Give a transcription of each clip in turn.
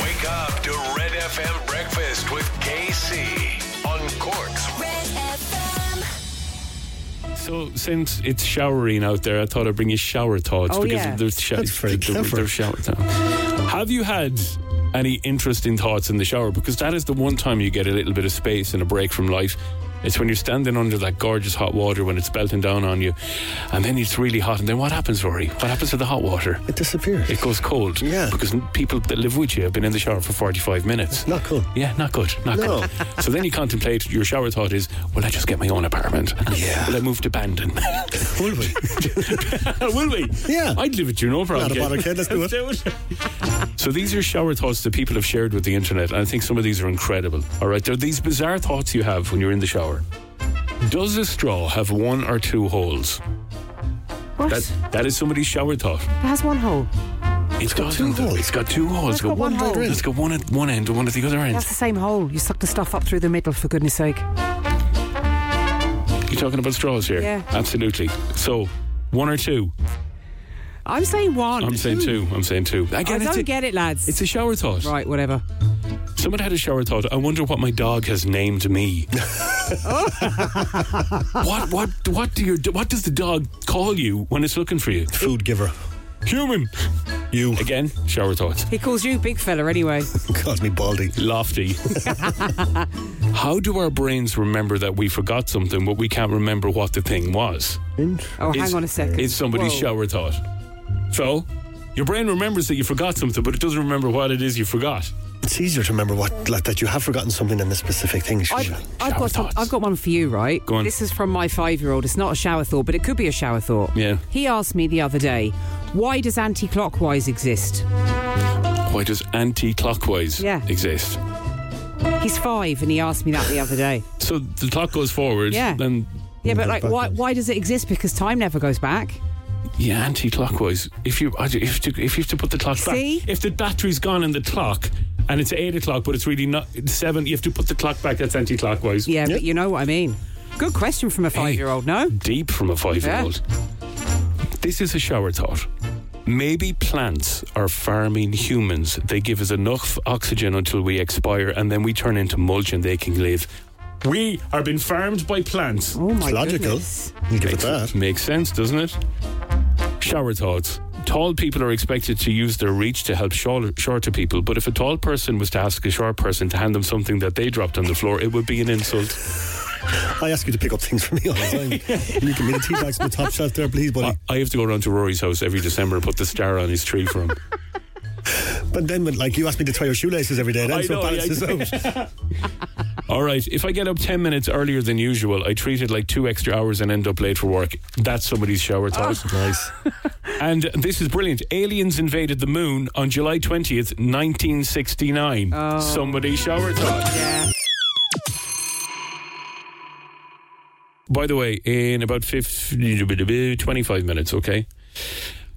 Wake up to Red FM Breakfast with KC on Corks Red FM. So since it's showering out there, I thought I'd bring you shower thoughts Oh, because yeah. there's sho- That's very there- clever. there's shower time. Have you had any interesting thoughts in the shower? Because that is the one time you get a little bit of space and a break from life. It's when you're standing under that gorgeous hot water when it's belting down on you, and then it's really hot. And then what happens, Rory? What happens to the hot water? It disappears. It goes cold. Yeah. Because n- people that live with you have been in the shower for 45 minutes. Not cool. Yeah, not good. Not No. good. So then you contemplate your shower thought is, will I just get my own apartment? Yeah. Will I move to Bandon? Will we? will we? Yeah. I'd live with you, no problem. Not a kid. bother, kid. Let's do it. So these are shower thoughts that people have shared with the internet, and I think some of these are incredible. All right, there are these bizarre thoughts you have when you're in the shower. Does a straw have one or two holes? What? That that is somebody's shower thought. it has one hole. It's got two holes. It's got two holes. It's got one hole. It's got one at one end and one at the other end. That's the same hole. You suck the stuff up through the middle, for goodness sake. You're talking about straws here. Yeah. Absolutely. So one or two. I'm saying one. I'm saying two. I'm saying two. Again, I it's, don't a, get it, lads. it's a shower thought. right, whatever. Someone had a shower thought. I wonder what my dog has named me. what what what do your what does the dog call you when it's looking for you? Food giver. Human. You. Again, shower thoughts. He calls you big fella anyway. Calls me Baldy. Lofty. How do our brains remember that we forgot something but we can't remember what the thing was? Oh, Is- hang on a second. It's somebody's Whoa. shower thought. So, your brain remembers that you forgot something, but it doesn't remember what it is you forgot. It's easier to remember what like, that you have forgotten something than the specific thing. I've, Sinead. I've Shower got some, thoughts. I've got one for you, right? Go on. This is from my five-year-old. It's not a shower thought, but it could be a shower thought. Yeah. He asked me the other day, "Why does anti-clockwise exist?" Why does anti clockwise Yeah. exist? He's five, and he asked me that the other day. So the clock goes forward, Yeah. then Yeah, but goes like, why, backwards. why does it exist? Because time never goes back. yeah, anti clockwise. If you I do- if, to, if you have to put the clock See? back, if the battery's gone in the clock and it's eight o'clock, but it's really not it's seven, you have to put the clock back. That's anti clockwise. Yeah, but you know what I mean. Good question from a five-year-old. No, deep from a five year old. This is a shower thought. Maybe plants are farming humans. They give us enough oxygen until we expire and then we turn into mulch and they can live. We are being farmed by plants. oh my it's logical. goodness. You give it that. Makes sense, doesn't it? Shower thoughts. Tall people are expected to use their reach to help shorter, shorter people, but if a tall person was to ask a short person to hand them something that they dropped on the floor, it would be an insult. I ask you to pick up things for me all the time. you give me the tea bags from the top shelf there, please, buddy. I, I have to go around to Rory's house every December and put the star on his tree for him. But then, when, like, you ask me to tie your shoelaces every day, then I so know, it balances out. All right, if I get up 10 minutes earlier than usual, I treat it like two extra hours and end up late for work. That's somebody's shower Oh. thought. nice. And this is brilliant. Aliens invaded the moon on July 20th, 1969. Somebody's shower thought. Yeah. By the way, in about 50, 25 minutes, okay?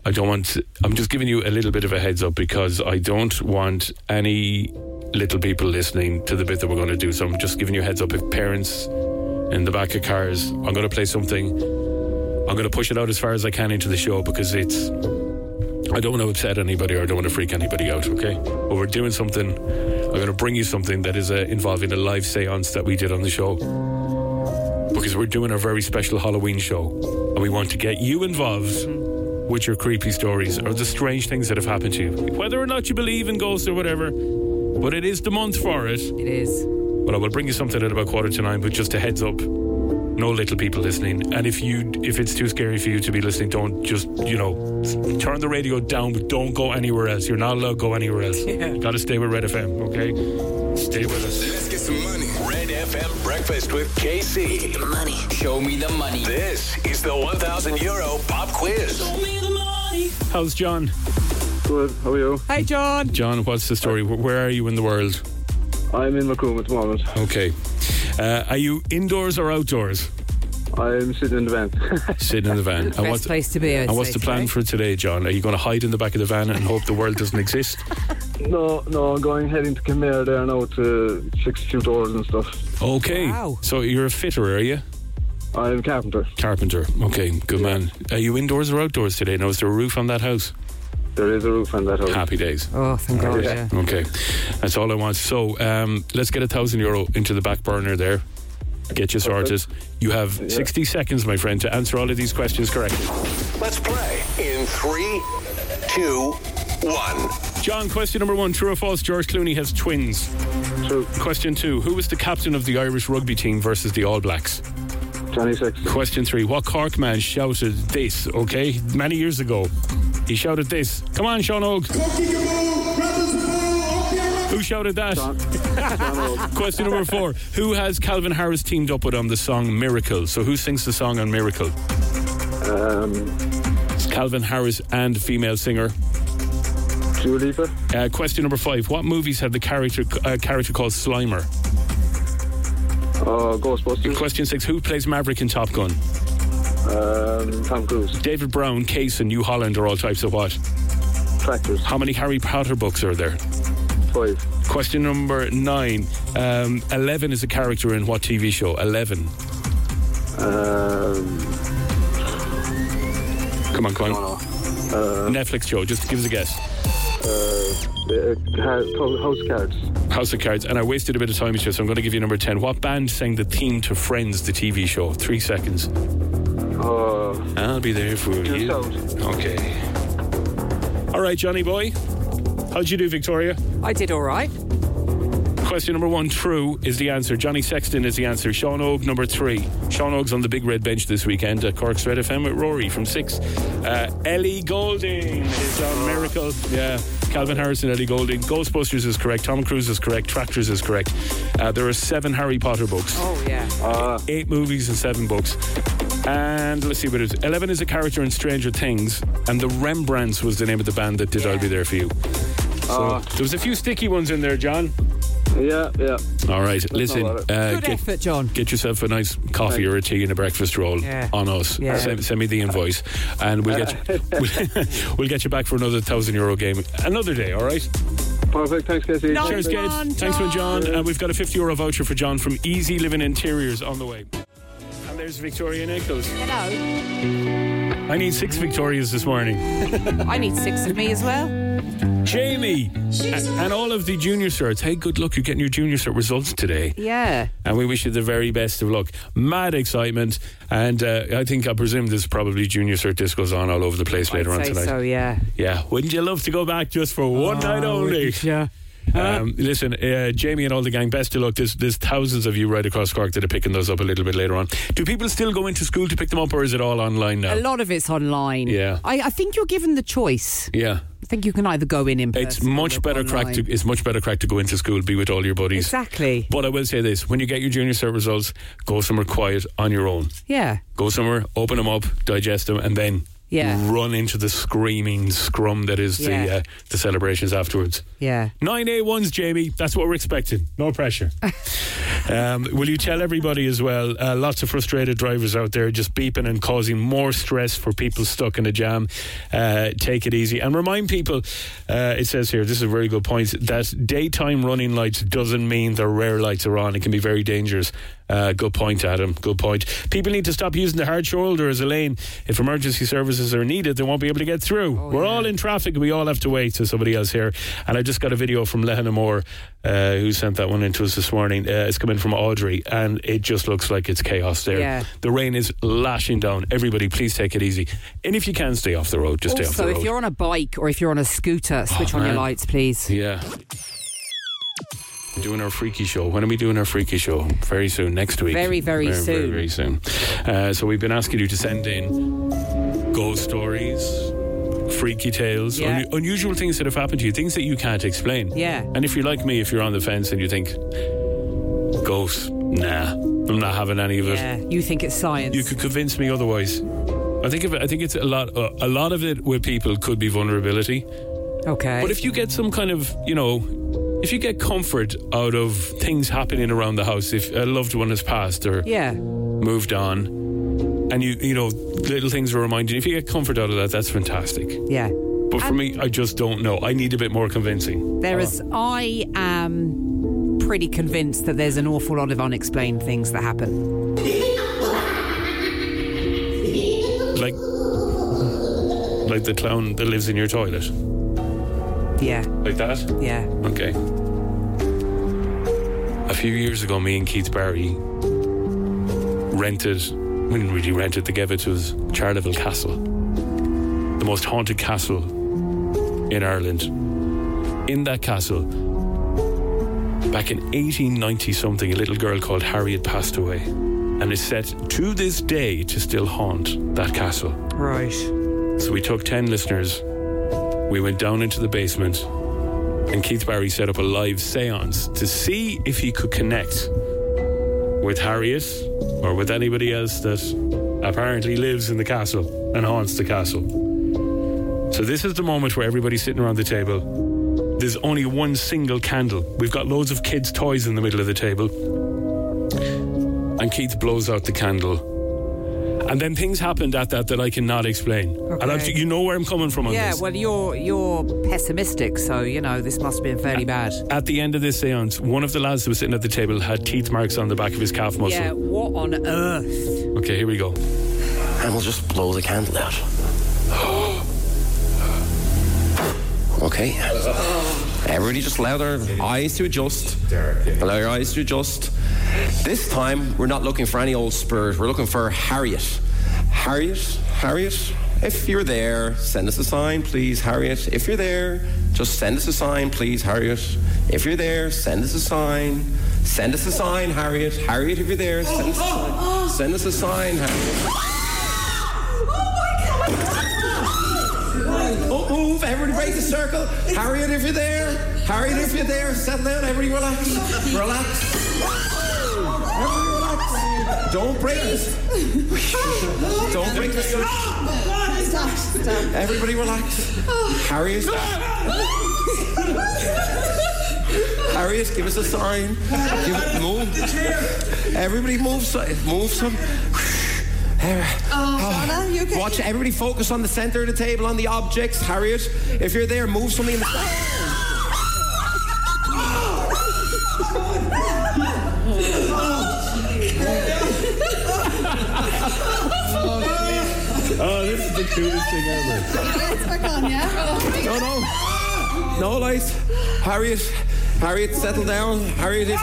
I don't want, I'm just giving you a little bit of a heads up because I don't want any little people listening to the bit that we're going to do. So I'm just giving you a heads up. If parents in the back of cars, I'm going to play something. I'm going to push it out as far as I can into the show because it's, I don't want to upset anybody or I don't want to freak anybody out, okay? But we're doing something, I'm going to bring you something that is uh, involving a live seance that we did on the show because we're doing our very special Halloween show and we want to get you involved with your creepy stories or the strange things that have happened to you. Whether or not you believe in ghosts or whatever, but it is the month for it. It is. Well, I will bring you something at about quarter to nine, but just a heads up. No little people listening, and if you if it's too scary for you to be listening, don't just you know turn the radio down, but don't go anywhere else. You're not allowed to go anywhere else. Got to stay with Red FM, okay? Stay with us. Let's get some money. Red FM Breakfast with KC. Money. Show me the money. This is the 1000 euro pop quiz. How's John? Good, how are you? Hey, John. John, what's the story? Wh- Where are you in the world? I'm in Macomb at the moment. Okay. Uh, are you indoors or outdoors? I'm sitting in the van. Sitting in the van. And Best what's, place to be. I'd and what's the say plan today. for today, John? Are you going to hide in the back of the van and hope the world doesn't exist? no, no, I'm going heading to Khmer there now to fix a few doors and stuff. Okay. Wow. So you're a fitter, are you? I'm a carpenter. Carpenter. Okay, good man. Are you indoors or outdoors today? Now, is there a roof on that house? There is a roof on that house. Happy days. Oh, thank God. Yeah. Okay, that's all I want. So um, let's get a thousand euro into the back burner there. Get you sorted. You have 60 seconds, my friend, to answer all of these questions correctly. Let's play in three, two, one. John, question number one true or false? George Clooney has twins. True. Question two Who was the captain of the Irish rugby team versus the All Blacks? 26. Question three What Cork man shouted this, okay, many years ago? He shouted this. Come on, Sean Og. Who shouted that? Question number four. Who has Calvin Harris teamed up with on the song Miracle? So who sings the song on Miracle? Um, It's Calvin Harris and female singer. Dua Lipa. Uh, question number five. What movies had the character uh, character called Slimer? Oh, Ghostbusters. Question six. Who plays Maverick in Top Gun? Um, Tom Cruise. David Brown, Case, and New Holland are all types of what? Tractors. How many Harry Potter books are there? Five. Question number nine. Um, Eleven is a character in what TV show? Eleven. Um, Come on, come on. Netflix show. Just give us a guess. uh, ha- house cards. House of Cards, and I wasted a bit of time with you, so I'm going to give you number 10. What band sang the theme to Friends, the TV show? Three seconds. Oh, I'll be there for Just you. out. Okay. All right, Johnny boy. How'd you do, Victoria? I did all right. Question number one, true, is the answer. Johnny Sexton is the answer. Sean Og, number three. Sean Og's on the big red bench this weekend at Cork's Red FM with Rory from six. Uh, Ellie Golding is on Miracle. Yeah. Calvin Harris and Ellie Golding. Ghostbusters is correct. Tom Cruise is correct. Tractors is correct. Uh, there are seven Harry Potter books Oh, yeah. Uh, eight movies and seven books. And let's see what it is. Eleven is a character in Stranger Things, and the Rembrandts was the name of the band that did "I'll Be There for You." So Ah. there was a few sticky ones in there, John. yeah, yeah. All right, listen, about it. uh, Good get, effort, John. get yourself a nice coffee or a tea and a breakfast roll Yeah. on us. Yeah. Send, send me the invoice, and we'll get you, we'll, we'll get you back for another thousand euro game another day. All right. Perfect. Thanks, Casey. No. Cheers, Come Gabe. on, Thanks for John. John. And we've got a 50 euro voucher for John from Easy Living Interiors on the way. And there's Victoria Nichols. Hello. I need six Victorias this morning. I need six of me as well. Jamie a- and all of the junior certs. Hey, good luck. You're getting your junior cert results today. Yeah. And we wish you the very best of luck. Mad excitement. And uh, I think, I presume there's probably junior cert discos on all over the place later on I'd say tonight. so, Oh, yeah. Yeah. Wouldn't you love to go back just for one night only? Yeah. Um, listen, uh, Jamie and all the gang, best of luck. There's, there's thousands of you right across Cork that are picking those up a little bit later on. Do people still go into school to pick them up, or is it all online now? A lot of it's online. Yeah. I, I think you're given the choice. yeah, I think you can either go in in person. it's or much look better crack. To, online. it's much better crack to go into school, be with all your buddies. Exactly. But I will say this: when you get your junior cert results, go somewhere quiet on your own. Yeah. Go somewhere, open them up, digest them, and then Yeah. run into the screaming scrum that is the Yeah. uh, the celebrations afterwards. Yeah. Nine A ones, Jamie. That's what we're expecting. No pressure. um, will you tell everybody as well? Uh, lots of frustrated drivers out there, just beeping and causing more stress for people stuck in a jam. Uh, take it easy and remind people. Uh, it says here, this is a very good point. That daytime running lights doesn't mean the rear lights are on. It can be very dangerous. Uh, good point, Adam. Good point. People need to stop using the hard shoulder as a lane. If emergency services are needed, they won't be able to get through. Oh, We're all in traffic. We all have to wait. So somebody else here. And I just got a video from Lehana Moore, uh, who sent that one in to us this morning. Uh, it's coming from Audrey, and it just looks like it's chaos there. Yeah. The rain is lashing down. Everybody, please take it easy. And if you can, stay off the road. Just stay Also, off the if road. Oh, you're on a bike or if you're on a scooter, switch on your man. lights, please. yeah. We're Doing our freaky show. When are we doing our freaky show? Very soon, next week. Very, very Very, soon. very soon. Uh, so we've been asking you to send in ghost stories, freaky tales, Yeah. un- unusual things that have happened to you, things that you can't explain. Yeah. And if you're like me, if you're on the fence and you think, ghosts, nah, I'm not having any of it. Yeah. You think it's science. You could convince me otherwise. I think of it, I think it's a lot. Uh, a lot of it with people could be vulnerability. okay. But if you get some kind of, you know, if you get comfort out of things happening around the house, if a loved one has passed or yeah. moved on, and you, you know, little things are reminded, if you get comfort out of that, that's fantastic. Yeah. But for me, I just don't know. I need a bit more convincing. There is. I am pretty convinced that there's an awful lot of unexplained things that happen. Like, like the clown that lives in your toilet, Yeah, like that. yeah. Okay. A few years ago, me and Keith Barry rented, we didn't really rent it, they gave it to us, Charleville Castle, the most haunted castle in Ireland. In that castle, back in 1890 something, a little girl called Harriet passed away and is set to this day to still haunt that castle. Right. So we took 10 listeners, we went down into the basement, and Keith Barry set up a live seance to see if he could connect with Harriet or with anybody else that apparently lives in the castle and haunts the castle. So this is the moment where everybody's sitting around the table. There's only one single candle. We've got loads of kids' toys in the middle of the table. And Keith blows out the candle. And then things happened at that that I cannot explain. And I've, Okay. you know where I'm coming from on Yeah, this. well, you're you're pessimistic, so you know this must have been fairly bad. At the end of this seance, one of the lads who was sitting at the table had teeth marks on the back of his calf muscle. Yeah, what on earth? Okay, here we go. And we'll just blow the candle out. Okay. Everybody just allow their eyes to adjust. Allow your eyes to adjust. This time, we're not looking for any old spirit. We're looking for Harriet. Harriet, Harriet, if you're there, send us a sign, please, Harriet. If you're there, just send us a sign, please, Harriet. If you're there, send us a sign. Send us a sign, Harriet. Harriet, if you're there, send us a sign. Send us a sign, Harriet. Don't move. Everybody break the circle. Harriet, if you're there. Harriet, if you're there. Settle down. Everybody relax. Relax. Everybody relax. Don't break this. Don't break the Ah. circle. Everybody relax. Harriet. Harriet, give us a sign. Give it, move. Everybody move. si- Move some. Watch everybody focus on the center of the table, on the objects. Harriet, if you're there, move something in the Oh, this is the coolest thing ever. No, no. No lights. Harriet, Harriet, settle down. Harriet, if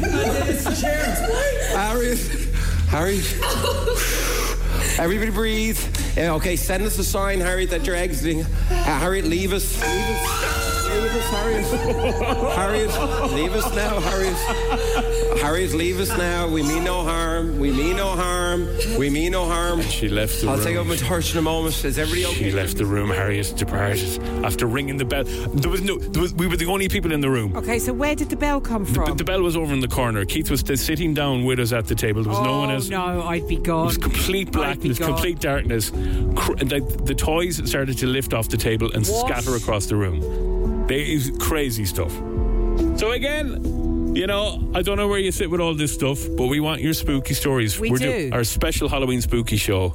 you're there. Harriet, Harriet. Everybody breathe. Yeah, okay, send us a sign, Harriet, that you're exiting. Uh, Harriet, leave us. Leave us. Leave us, Harriet. Harriet, leave us now, Harriet. Harriet, leave us now. We mean no harm. We mean no harm. We mean no harm. She left the I'll room. take over my torch in a moment. Is everybody okay? She left the room. Harriet departed after ringing the bell. There was no. There was, we were the only people in the room. Okay, so where did the bell come from? But the bell was over in the corner. Keith was st- sitting down with us at the table. There was no one Oh, else. No, I'd be It gone. was complete blackness, God. complete darkness. Cr- and, like, the toys started to lift off the table and What? scatter across the room. They is crazy stuff. So again, you know, I don't know where you sit with all this stuff, but we want your spooky stories. We doing do. our special Halloween spooky show.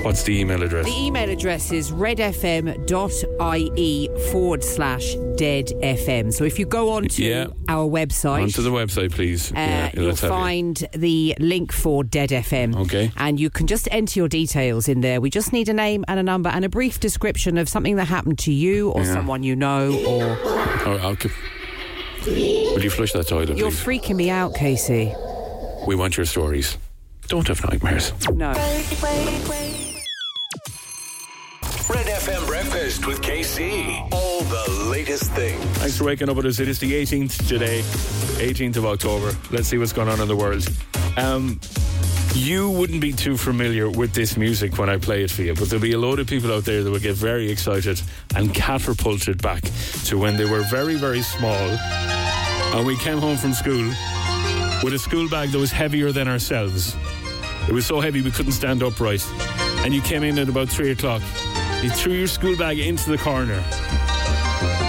What's the email address? The email address is redfm.ie forward slash dead FM. So if you go on to Yeah. our website, Onto the website, please. uh, Yeah, you'll let's have you. find the link for Dead FM. Okay. And you can just enter your details in there. We just need a name and a number and a brief description of something that happened to you or Yeah. someone you know or. All right, I'll keep- Will you flush that toilet, You're please? freaking me out, Casey. we want your stories. Don't have nightmares. No. Red FM Breakfast with KC. All the latest things. Thanks for waking up with us. It is the 18th today, 18th of October. Let's see what's going on in the world. Um, you wouldn't be too familiar with this music when I play it for you, but there'll be a load of people out there that will get very excited and catapulted back to when they were very, very small. And we came home from school with a school bag that was heavier than ourselves. It was so heavy we couldn't stand upright. And you came in at about three o'clock. You threw your school bag into the corner.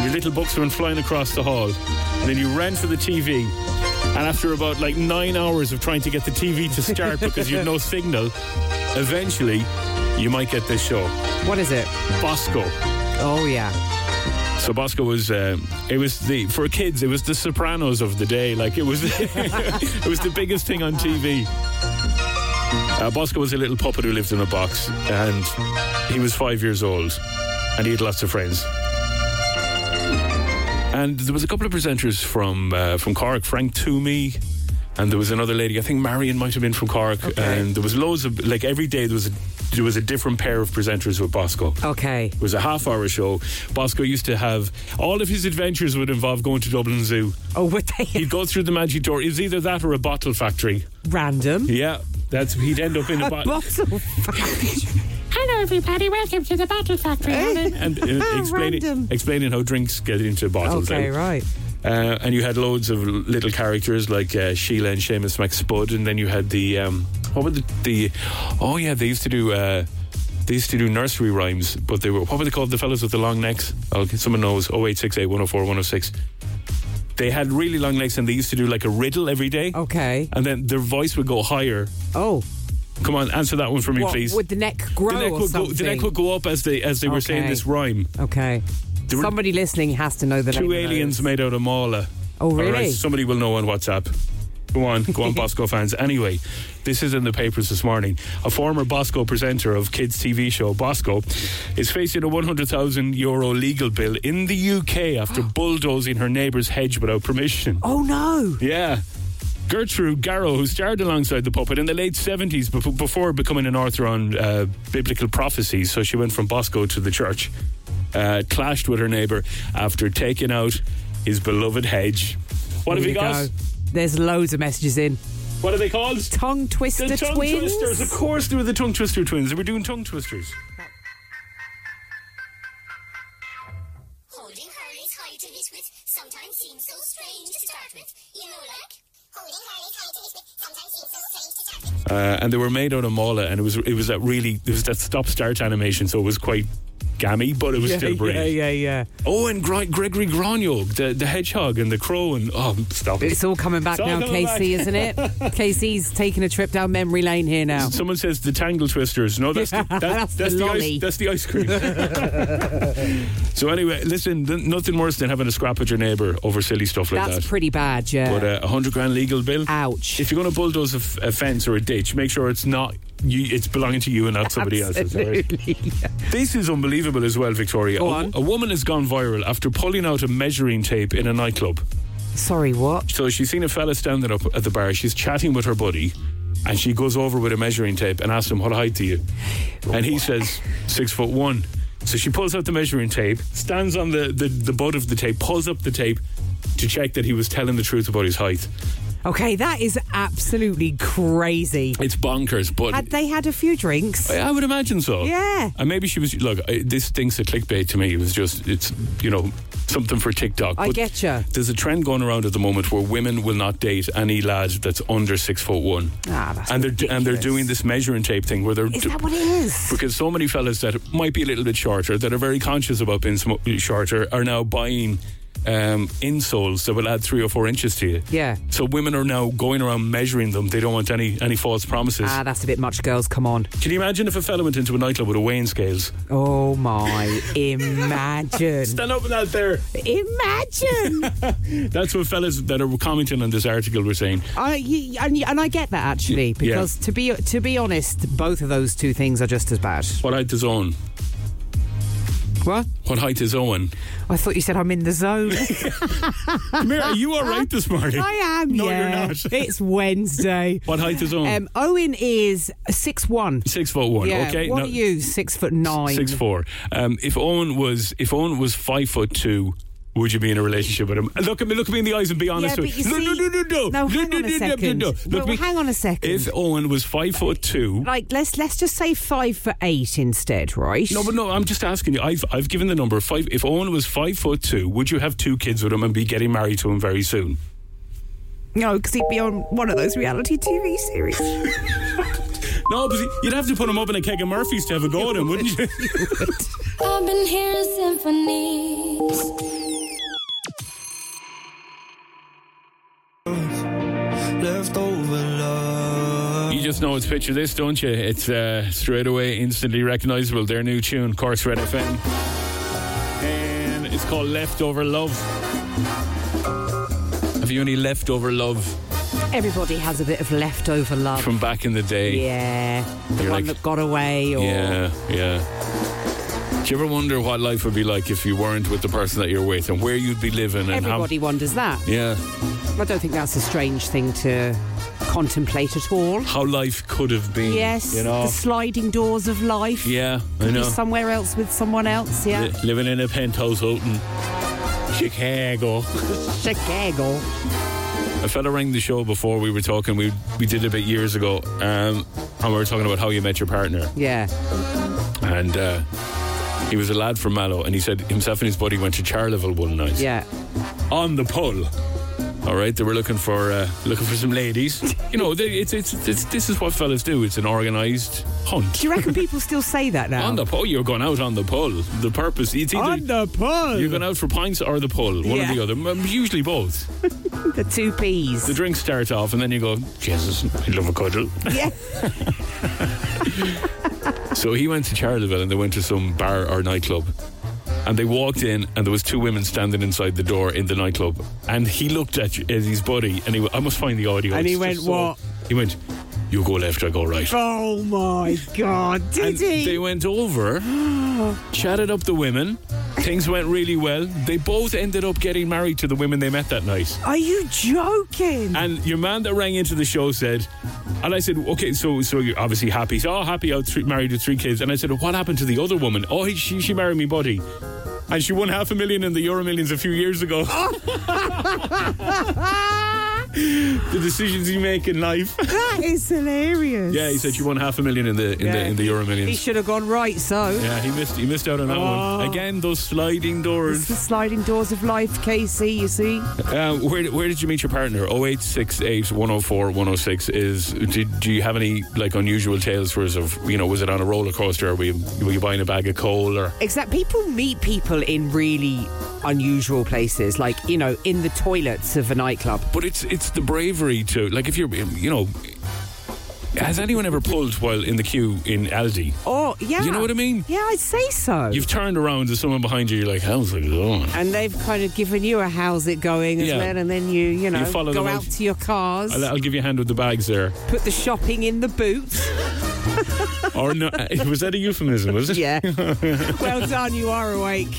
Your little books went flying across the hall. And then you ran for the TV. And after about like nine hours of trying to get the TV to start because you had no signal, eventually you might get this show. What is it? Bosco. Oh, yeah. So Bosco was um, it was the for kids it was the Sopranos of the day like it was it was the biggest thing on TV. Uh, Bosco was a little puppet who lived in a box, and he was five years old, and he had lots of friends. And there was a couple of presenters from uh, from Cork, Frank Toomey, and there was another lady. I think Marion might have been from Cork, and there was loads of like every day there was a, there was a different pair of presenters with Bosco. Okay. It was a half hour show. Bosco used to have all of his adventures would involve going to Dublin Zoo. Oh, were they He'd go through the magic door. It was either that or a bottle factory. random? Yeah, that's he'd end up in a, A bottle. bottle. Hello, everybody. Welcome to the Battle Factory. and uh, explaining, Random. explaining how drinks get into bottles. okay, and, right. Uh, and you had loads of little characters like uh, Sheila and Seamus McSpud, and then you had the um, what were the, the oh yeah they used to do uh, they used to do nursery rhymes, but they were what were they called the fellas with the long necks? Oh, someone knows 0868 104 106. They had really long necks, and they used to do like a riddle every day. Okay. And then their voice would go higher. Oh, Come on, answer that one for me, what, please. would the neck grow the neck, would or go, something? the neck would go up as they as they were saying Okay. this rhyme. Okay. There were- Somebody listening has to know the name Two of aliens those. made out of Mala. Oh, really? All right, somebody will know on WhatsApp. Go on, go on, Bosco fans. Anyway, this is in the papers this morning. A former Bosco presenter of kids' TV show Bosco is facing a 100,000 euro legal bill in the UK after bulldozing her neighbour's hedge without permission. Oh no! Yeah. Gertrude Garrow, who starred alongside the puppet in the late 70s bef- before becoming an author on uh, biblical prophecies, so she went from Bosco to the church, uh, clashed with her neighbour after taking out his beloved hedge. What have Here you we got? go. There's loads of messages in. What are they called? Tongue twister The tongue twins. twisters. Of course, they were the tongue twister twins. They were doing tongue twisters. Holding Harley's high to his width sometimes seems so strange to start with. You know, like holding Harley's high to his width sometimes seems so strange to start with. Uh, and they were made out of mala, and it was it was that really it was that stop start animation, so it was quite gammy, but it was still yeah, brilliant. yeah, yeah. Oh, and Gre- Gregory Gronyog, the, the hedgehog and the crow, and oh, stop it. It's all coming back It's all now, coming KC, back. isn't it? KC's taking a trip down memory lane here now. Someone says the Tangle Twisters. No, that's the, that, That's that's, the the, lolly. ice, that's the ice cream. so anyway, listen, th- nothing worse than having a scrap with your neighbour over silly stuff like That's that. pretty bad, yeah. but uh, a hundred grand legal bill. Ouch. If you're going to bulldoze a, f- a fence or a ditch, make sure it's not you, it's belonging to you and not somebody else's. all right? This is unbelievable as well, Victoria. Go A- on. a woman has gone viral after pulling out a measuring tape in a nightclub. Sorry, what? So she's seen a fella standing up at the bar. She's chatting with her buddy, and she goes over with a measuring tape and asks him, "What height are you?" And he says, six foot one." So she pulls out the measuring tape, stands on the, the, the butt of the tape, pulls up the tape to check that he was telling the truth about his height. Okay, that is absolutely crazy. It's bonkers, but Had they had a few drinks? I would imagine so. Yeah. And maybe she was look. I- This thing's a clickbait to me. It was just it's you know something for TikTok. I getcha. There's a trend going around at the moment where women will not date any lad that's under six foot one. Ah, that's and they're and they're ridiculous. doing this measuring tape thing where they're Is that what it is? because so many fellas that might be a little bit shorter that are very conscious about being sm- shorter are now buying. Um, insoles that will add three or four inches to you. Yeah. So women are now going around measuring them. They don't want any any false promises. Ah, that's a bit much, girls. Come on. Can you imagine if a fella went into a nightclub with a weighing scales? Oh my! Imagine, Stand up out there. imagine. That's what fellas that are commenting on this article were saying. I you, and, you- and I get that actually Y- yeah. because to be to be honest, both of those two things are just as bad. What height is Owen? What? What height is Owen? I thought you said I'm in the zone. Come here, are you all right this morning? I am. No, yeah. you're not. It's Wednesday. What height is Owen? Um, Owen is six one. six foot one. Yeah. okay, What no, are you? Six foot nine. six four. Um, if Owen was if Owen was five foot two. Would you be in a relationship with him? Look at me, look at me in the eyes, and be honest Yeah, with but me. you no, see- no, no, no, no, No, hang no, on a second. Well, me- hang on a second. If Owen was five foot two, Like let's let's just say five for eight instead, right? No, but no, I'm just asking you. I've I've given the number five. If Owen was five foot two, would you have two kids with him and be getting married to him very soon? no, because he'd be on one of those reality TV series. No, but you'd have to put him up in a keg of Murphy's to have a go at him, wouldn't you? I've been hearing symphonies. Leftover love. you just know it's picture this, don't you? It's uh, straight away, instantly recognisable. Their new tune, Course Red FM, and it's called Leftover Love. Have you any leftover love? Everybody has a bit of leftover love. From back in the day. yeah. The You're one like- that got away or Yeah, yeah. Do you ever wonder what life would be like if you weren't with the person that you're with and where you'd be living and everybody wonders that. how Yeah. I don't think that's a strange thing to contemplate at all. How life could have been. Yes, You know? the sliding doors of life. yeah, I Be know. somewhere else with someone else, yeah. Li- living in a penthouse out in Chicago. Chicago. A fella rang the show before we were talking. We we did it about years ago, um, and we were talking about how you met your partner. Yeah. And uh, he was a lad from Mallow, and he said himself and his buddy went to Charleville one night Yeah. on the pull. All right, they were looking for uh, looking for some ladies. You know, they, it's, it's it's this is what fellas do. It's an organised hunt. Do you reckon people still say that now? On the pull, you're going out on the pull. The purpose, it's either On the pull. you're going out for pints or the pull, one Yeah. or the other. Um, Usually both. the two P's. The drinks start off, and then you go, Jesus, I love a cuddle. yeah. So he went to Charleville and they went to some bar or nightclub. And they walked in and there was two women standing inside the door in the nightclub. And he looked at, at his buddy and he went, I must find the audio. And he It's went, just so-" "What?" He went, you go left, I go right. Oh my God, And did he? they went over, chatted up the women. Things went really well. They both ended up getting married to the women they met that night. Are you joking? And your man that rang into the show said, and I said, okay, so so you're obviously happy. So oh, happy, out three, married with three kids. And I said, what happened to the other woman? Oh, he- she she married me, buddy, and she won half a million in the Euro Millions a few years ago. Oh. Ah. the decisions you make in life. that is hilarious. Yeah, he said she won half a million in the in the Yeah. in the Euro He Millions. should have gone right, so. Yeah, he missed he missed out on that one Oh. again. Those sliding It's doors. the sliding doors of life, Casey, you see. Uh, where, where did you meet your partner? 0868 104 106 is. Did, do you have any like unusual tales for us of, you know, was it on a roller coaster or were you, were you buying a bag of coal or. Except people meet people in really unusual places, like, you know, in the toilets of a nightclub. But it's it's the bravery to, like, if you're, you know. Has anyone ever pulled while in the queue in Aldi? Or, yeah. You know what I mean? Yeah, I'd say so. You've turned around to someone behind you, you're like, how's it going? and they've kind of given you a how's it going as Yeah. well, and then you, you know, You follow go them out out. to your cars, I'll, I'll give you a hand with the bags there. put the shopping in the boot. Or no, eh, was that a euphemism, was it? yeah. well done, you are awake.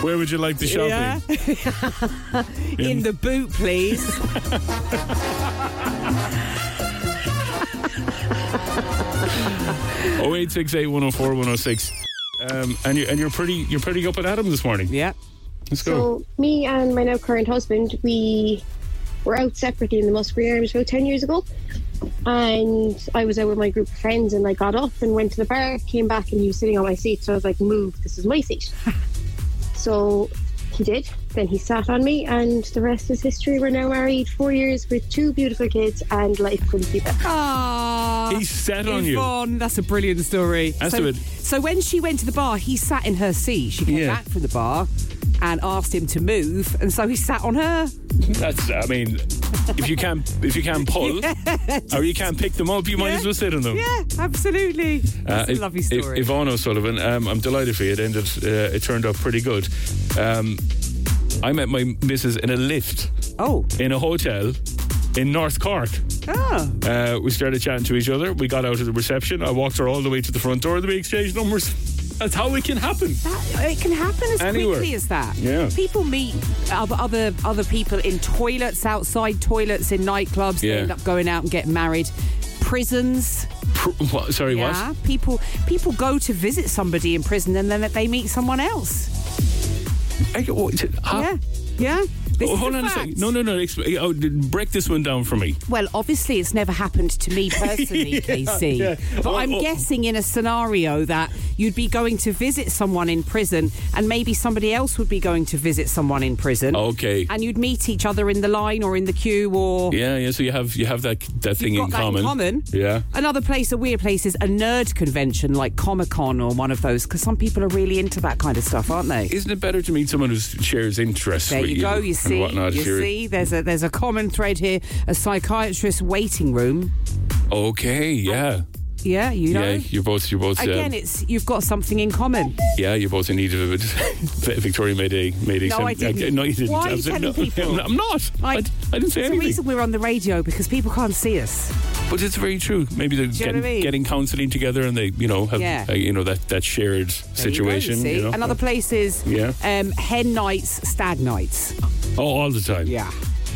Where would you like the shopping? Yeah. in the boot, please. Oh eight six eight one zero four one zero six. Um, and you and you're pretty you're pretty up at Adam this morning. yeah. Let's go. So me and my now current husband, we were out separately in the Musgreen Arms about ten years ago, and I was out with my group of friends, and I got up and went to the bar, came back, and he was sitting on my seat. So I was like, "Move, this is my seat." so he did. Then he sat on me, and the rest is history. We're now married four years with two beautiful kids, and life couldn't be better. Ah. he sat on you. Yvonne, that's a brilliant story. That's so, good. so when she went to the bar, he sat in her seat. She came Yeah. back from the bar and asked him to move, and so he sat on her. That's I mean, if you can't if you can't pull or you can't pick them up, you might Yeah. as well sit on them. Yeah, absolutely. That's Uh, a If- lovely if- story. Yvonne O'Sullivan, um, I'm delighted for you. It ended. Uh, it turned out pretty good. Um, I met my missus in a lift oh, in a hotel in North Cork. oh, Uh, we started chatting to each other. We got out of the reception. I walked her all the way to the front door. and We exchanged numbers. That's how it can happen. that, it can happen as Anywhere. quickly as that. Yeah. people meet other other, other people in toilets, outside toilets, in nightclubs. Yeah. They end up going out and getting married. Prisons, Pr- what, sorry, what? yeah. People people go to visit somebody in prison, and then they meet someone else. I go, what, huh? Yeah, yeah. This Oh, is Ah. hold a on a fact. second. No, no, no. Expl- oh, d- break this one down for me. Well, obviously, it's never happened to me personally, Casey. yeah. But Oh, I'm oh. guessing in a scenario that you'd be going to visit someone in prison, and maybe somebody else would be going to visit someone in prison. Okay. And you'd meet each other in the line or in the queue or. Yeah, yeah. So you have you have that that thing got in that common. in common. Yeah. Another place, a weird place, is a nerd convention like Comic Con or one of those, because some people are really into that kind of stuff, aren't they? Isn't it better to meet someone who shares interests? There with you go. You and see, whatnot, you if you're- see. There's a there's a common thread here: a psychiatrist's waiting room. Okay. Yeah. Yeah, you know. Yeah, you're both, you're both. Again, um, it's you've got something in common. yeah, you're both in need of a Victoria Mayday. Mayday. No, I didn't. no, you didn't. Why are you I was- telling no, people? I'm not. I, d- I didn't say There's a anything. reason we're on the radio because people can't see us. But it's very true. Maybe they're Do you know getting, what I mean? getting counselling together, and they, you know, have Yeah. uh, you know that that shared There you go, you situation. see. know? Another place is Yeah. um, hen nights, stag nights. Oh, all the time. Yeah.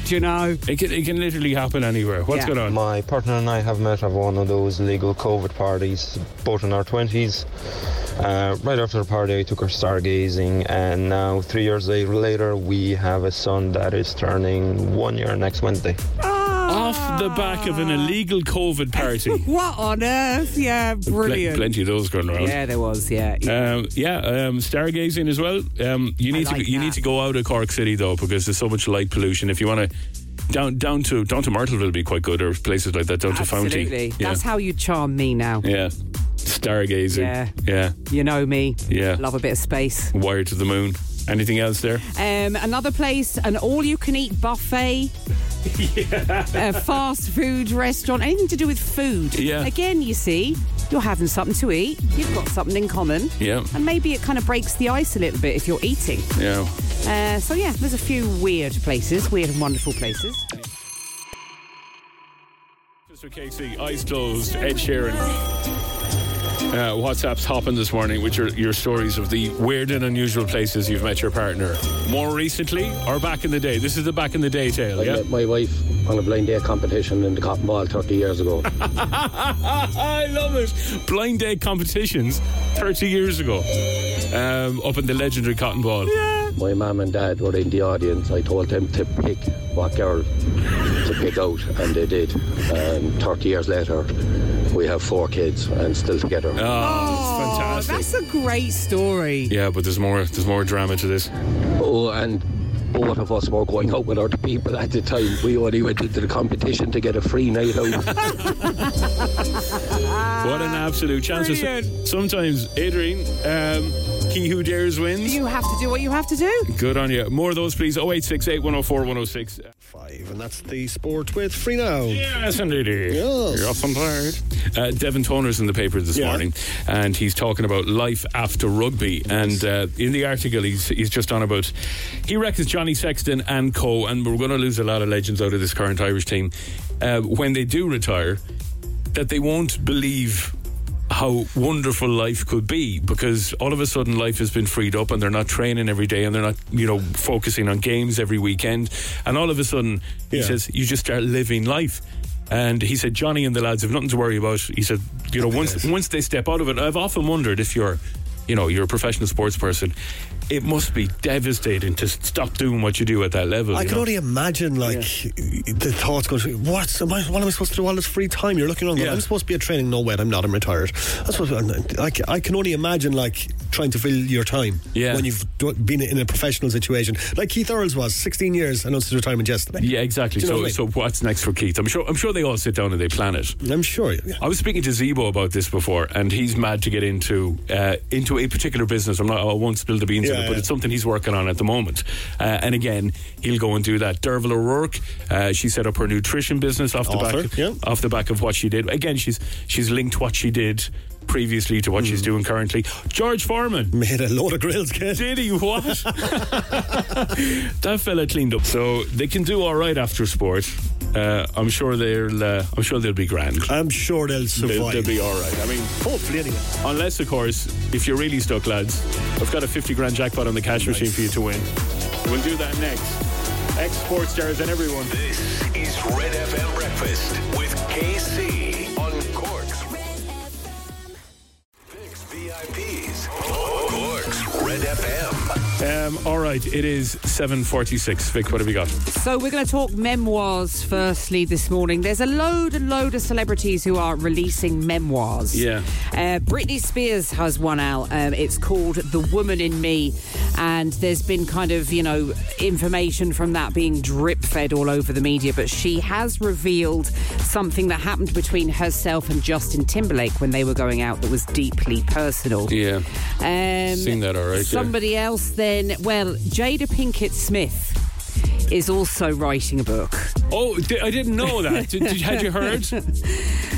Do you know? It can, it can literally happen anywhere. What's Yeah. going on? My partner and I have met at one of those legal COVID parties, both in our 20s. Uh, right after the party, I took her stargazing, and now, three years la- later, we have a son that is turning one year next Wednesday. Off the back of an illegal COVID party. What on earth? Yeah, Pl- brilliant. plenty of those going around. Yeah, there was. Yeah. Um, yeah, um, stargazing as well. Um, you need to you need to go out of Cork City though because there's so much light pollution. If you want to down down to down to Myrtle will be quite good or places like that down to Absolutely. Fountain. Yeah. That's how you charm me now. yeah. Stargazing. Yeah. Yeah. You know me. Yeah. Love a bit of space. Wired to the moon. Anything else there? Um, another place, an all-you-can-eat buffet. A fast food restaurant, anything to do with food. Yeah. Again, you see, you're having something to eat. You've got something in common. Yeah. And maybe it kind of breaks the ice a little bit if you're eating. Yeah. Uh, so yeah, there's a few weird places, weird and wonderful places. Mr. Casey, eyes closed, Ed Sheeran. Uh, WhatsApp's hopping this morning with your, your stories of the weird and unusual places you've met your partner. More recently or back in the day? This is the back in the day tale, I yeah? met my wife on a blind date competition in the Cotton Ball 30 years ago. I love it. Blind date competitions 30 years ago um, up in the legendary Cotton Ball. my mum and dad were in the audience. I told them to pick what girl to pick out, and they did. And 30 years later, we have four kids and still together. Oh, that's a great story. Yeah, but there's more. There's more drama to this. Oh, and both of us were going out with other people at the time. We only went into the competition to get a free night out. What an absolute chance. Sometimes, Adrian, um, he who dares wins. You have to do what you have to do. Good on you. More of those, please. 0868 104 106. And that's the sport with free now. Yes, indeed. You're off on tired. Uh, Devin Toner's in the paper this morning, and he's talking about life after rugby. And uh, in the article, he's he's just on about he reckons Johnny Sexton and Co. And we're going to lose a lot of legends out of this current Irish team uh, when they do retire. That they won't believe how wonderful life could be because all of a sudden life has been freed up and they're not training every day and they're not you know focusing on games every weekend and all of a sudden he says you just start living life and he said Johnny and the lads have nothing to worry about he said you know once once they step out of it I've often wondered if you're you know you're a professional sports person it must be devastating to s- stop doing what you do at that level I you can know? only imagine, like the thoughts going through. What am I? What am I supposed to do all this free time? You're looking around. going, Yeah. I'm supposed to be at training. No, wait, I'm not. I'm retired. I'm supposed to, I'm- I, ca- I can only imagine, like trying to fill your time Yeah. when you've do- been in a professional situation, like Keith Earls was, 16 years, announced his retirement yesterday. Yeah, exactly. Do you know So, what I so what's next for Keith? I'm sure. I'm sure they all sit down and they plan it. I'm sure. I was speaking to Zebo about this before, and he's mad to get into uh, into a particular business. I'm not. I won't spill the beans on Yeah, it, but yeah. it's something he's working on at the moment. Uh, and again, he'll go and do that. Derval O'Rourke, uh, she set up her nutrition business off the Author, back yeah. off the back of what she did. Again, she's she's linked what she did. Previously to what she's Mm. doing currently, George Foreman made a load of grills. Did he? What? that fella cleaned up. So they can do all right after sport. Uh, I'm sure they'll. Uh, I'm sure they'll be grand. I'm sure they'll survive. They'll, be all right. I mean, hopefully, anyway. Unless, of course, if you're really stuck, lads, I've got a 50 grand jackpot on the cash machine for you to win. We'll do that next. Ex sports stars and everyone. This is Red FM Breakfast with KC on Cork's Picks VIPs. Cork's Red FM. Um, all right, it is 7:46. Vic, what have you got? So we're going to talk memoirs firstly this morning. There's a load and load of celebrities who are releasing memoirs. Yeah. Uh, Britney Spears has one out. Um, it's called The Woman in Me. And there's been kind of, you know, information from that being drip fed all over the media. But she has revealed something that happened between herself and Justin Timberlake when they were going out that was deeply personal. Yeah. Um, Seen that all right, yeah. Somebody else then, well, Jada Pinkett Smith is also writing a book. Oh, di- I didn't know that. Did- did- had you heard?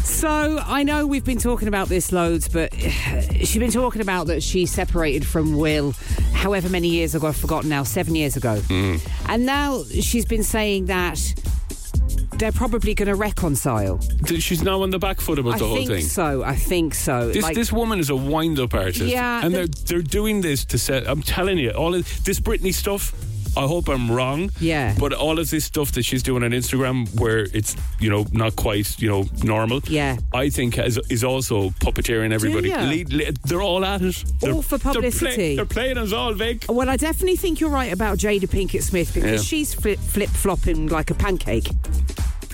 So I know we've been talking about this loads, but she's been talking about that she separated from Will, however many years ago I've forgotten now, seven years ago, Mm. and now she's been saying that they're probably going to reconcile. Th- She's now on the back foot about I the whole think thing. so. I think so. This, Like- this woman is a wind up artist. Yeah, And the- they're, they're doing this to set. I'm telling you, all of this Britney stuff, I hope I'm wrong. Yeah. But all of this stuff that she's doing on Instagram where it's, you know, not quite, you know, normal. Yeah. I think is, is also puppeteering everybody. ya? Lead- le- they're all at it. They're, all Oh, for they're play- publicity. They're, playing us all, Vic. Well, I definitely think you're right about Jada Pinkett Smith because Yeah. she's flip flopping like a pancake.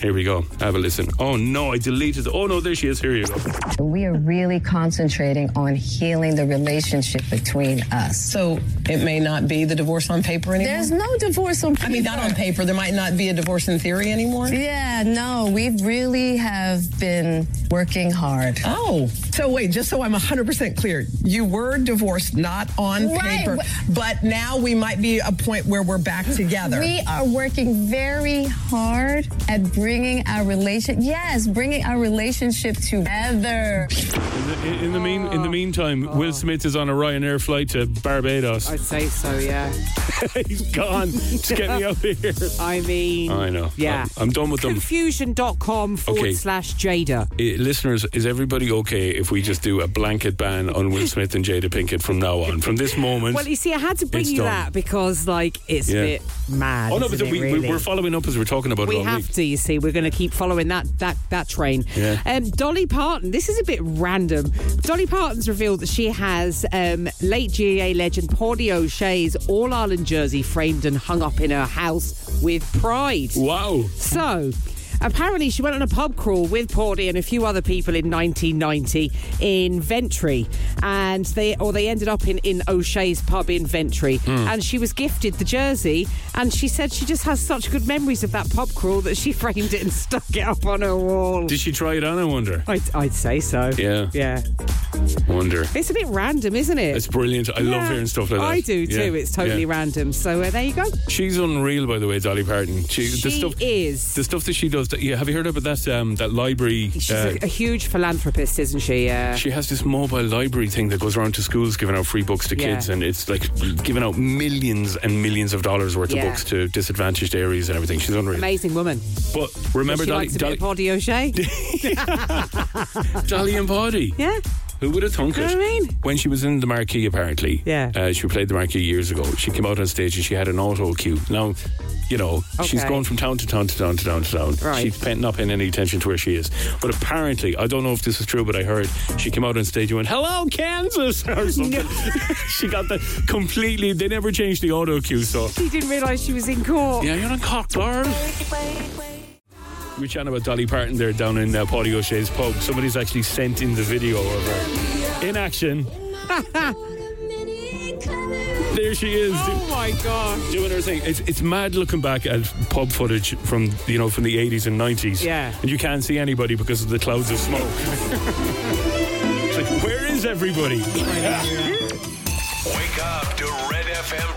Here we go. Have a listen. Oh, no, I deleted. Oh, no, there she is. Here you go. We are really concentrating on healing the relationship between us. So It may not be the divorce on paper anymore. there's no divorce on paper. I mean, not on paper. There might not be a divorce in theory anymore. Yeah, no, we really have been working hard. Oh, so wait, just so I'm 100% clear, you were divorced, not on Right. paper, but now we might be a point where we're back together. We are working very hard at bringing our relation, yes, bringing our relationship together. In the, in the mean, Oh, in the meantime, Will Smith is on a Ryanair flight to Barbados. I'd say so, yeah. He's gone. Just get me out of here. I mean, I know. Yeah. I'm, I'm done with them. Confusion.com forward Okay. slash Jada. Eh, listeners, is everybody okay if we just do a blanket ban on Will Smith and Jada Pinkett from now on? From this moment. Well, you see, I had to bring it's you done. that because, like, it's Yeah. a bit mad. oh, no, but isn't then it, we, really? we, we're following up as we're talking about We it all have week. to, you see. We're going to keep following that that that train. Yeah. Um, Dolly Parton. This is a bit random. Dolly Parton's revealed that she has um, late GA legend Porty O'Shea's All Ireland jersey framed and hung up in her house with pride. Wow. So. Apparently, she went on a pub crawl with Porty and a few other people in 1990 in Ventry, and they or they ended up in, in O'Shea's pub in Ventry. Hmm. And she was gifted the jersey, and she said she just has such good memories of that pub crawl that she framed it and stuck it up on her wall. Did she try it on, I wonder? I'd, I'd say so. Yeah. Yeah. Wonder. It's a bit random, isn't it? It's brilliant. I love hearing stuff like that. I do Yeah. too. It's totally Yeah. random. So uh, there you go. She's unreal, by the way, Dolly Parton. She, She the stuff, is. the stuff that she does. That, yeah, have you heard about that? Um, that library. She's uh, a, a huge philanthropist, isn't she? Uh, She has this mobile library thing that goes around to schools giving out free books to Yeah. kids, and it's like giving out millions and millions of dollars worth Yeah. of books to disadvantaged areas and everything. She's unreal. amazing woman. But remember she Dolly, likes a Dolly, bit of Audie O'Shea. Dolly and Poddy. Yeah. Who would have thunk it? You know what I mean? When she was in the Marquee, apparently, Yeah. uh, she played the Marquee years ago. She came out on stage and she had an auto cue. Now, you know, she's Okay. going from town to town to town to town to town. Right. She's paying, not paying any attention to where she is. But apparently, I don't know if this is true, but I heard she came out on stage and went, "Hello, Kansas," or something. she got the completely. They never changed the auto cue, so. She didn't realise she was in court. Yeah, you're on court, girl. We're chatting about Dolly Parton there down in uh, Paddy O'Shea's pub. Somebody's actually sent in the video of her in action. There she is. Oh my god, doing her thing. It's, it's mad looking back at pub footage from you know from the eighties and nineties. Yeah. and you can't see anybody because of the clouds of smoke. it's like where is everybody? Wake up to Red FM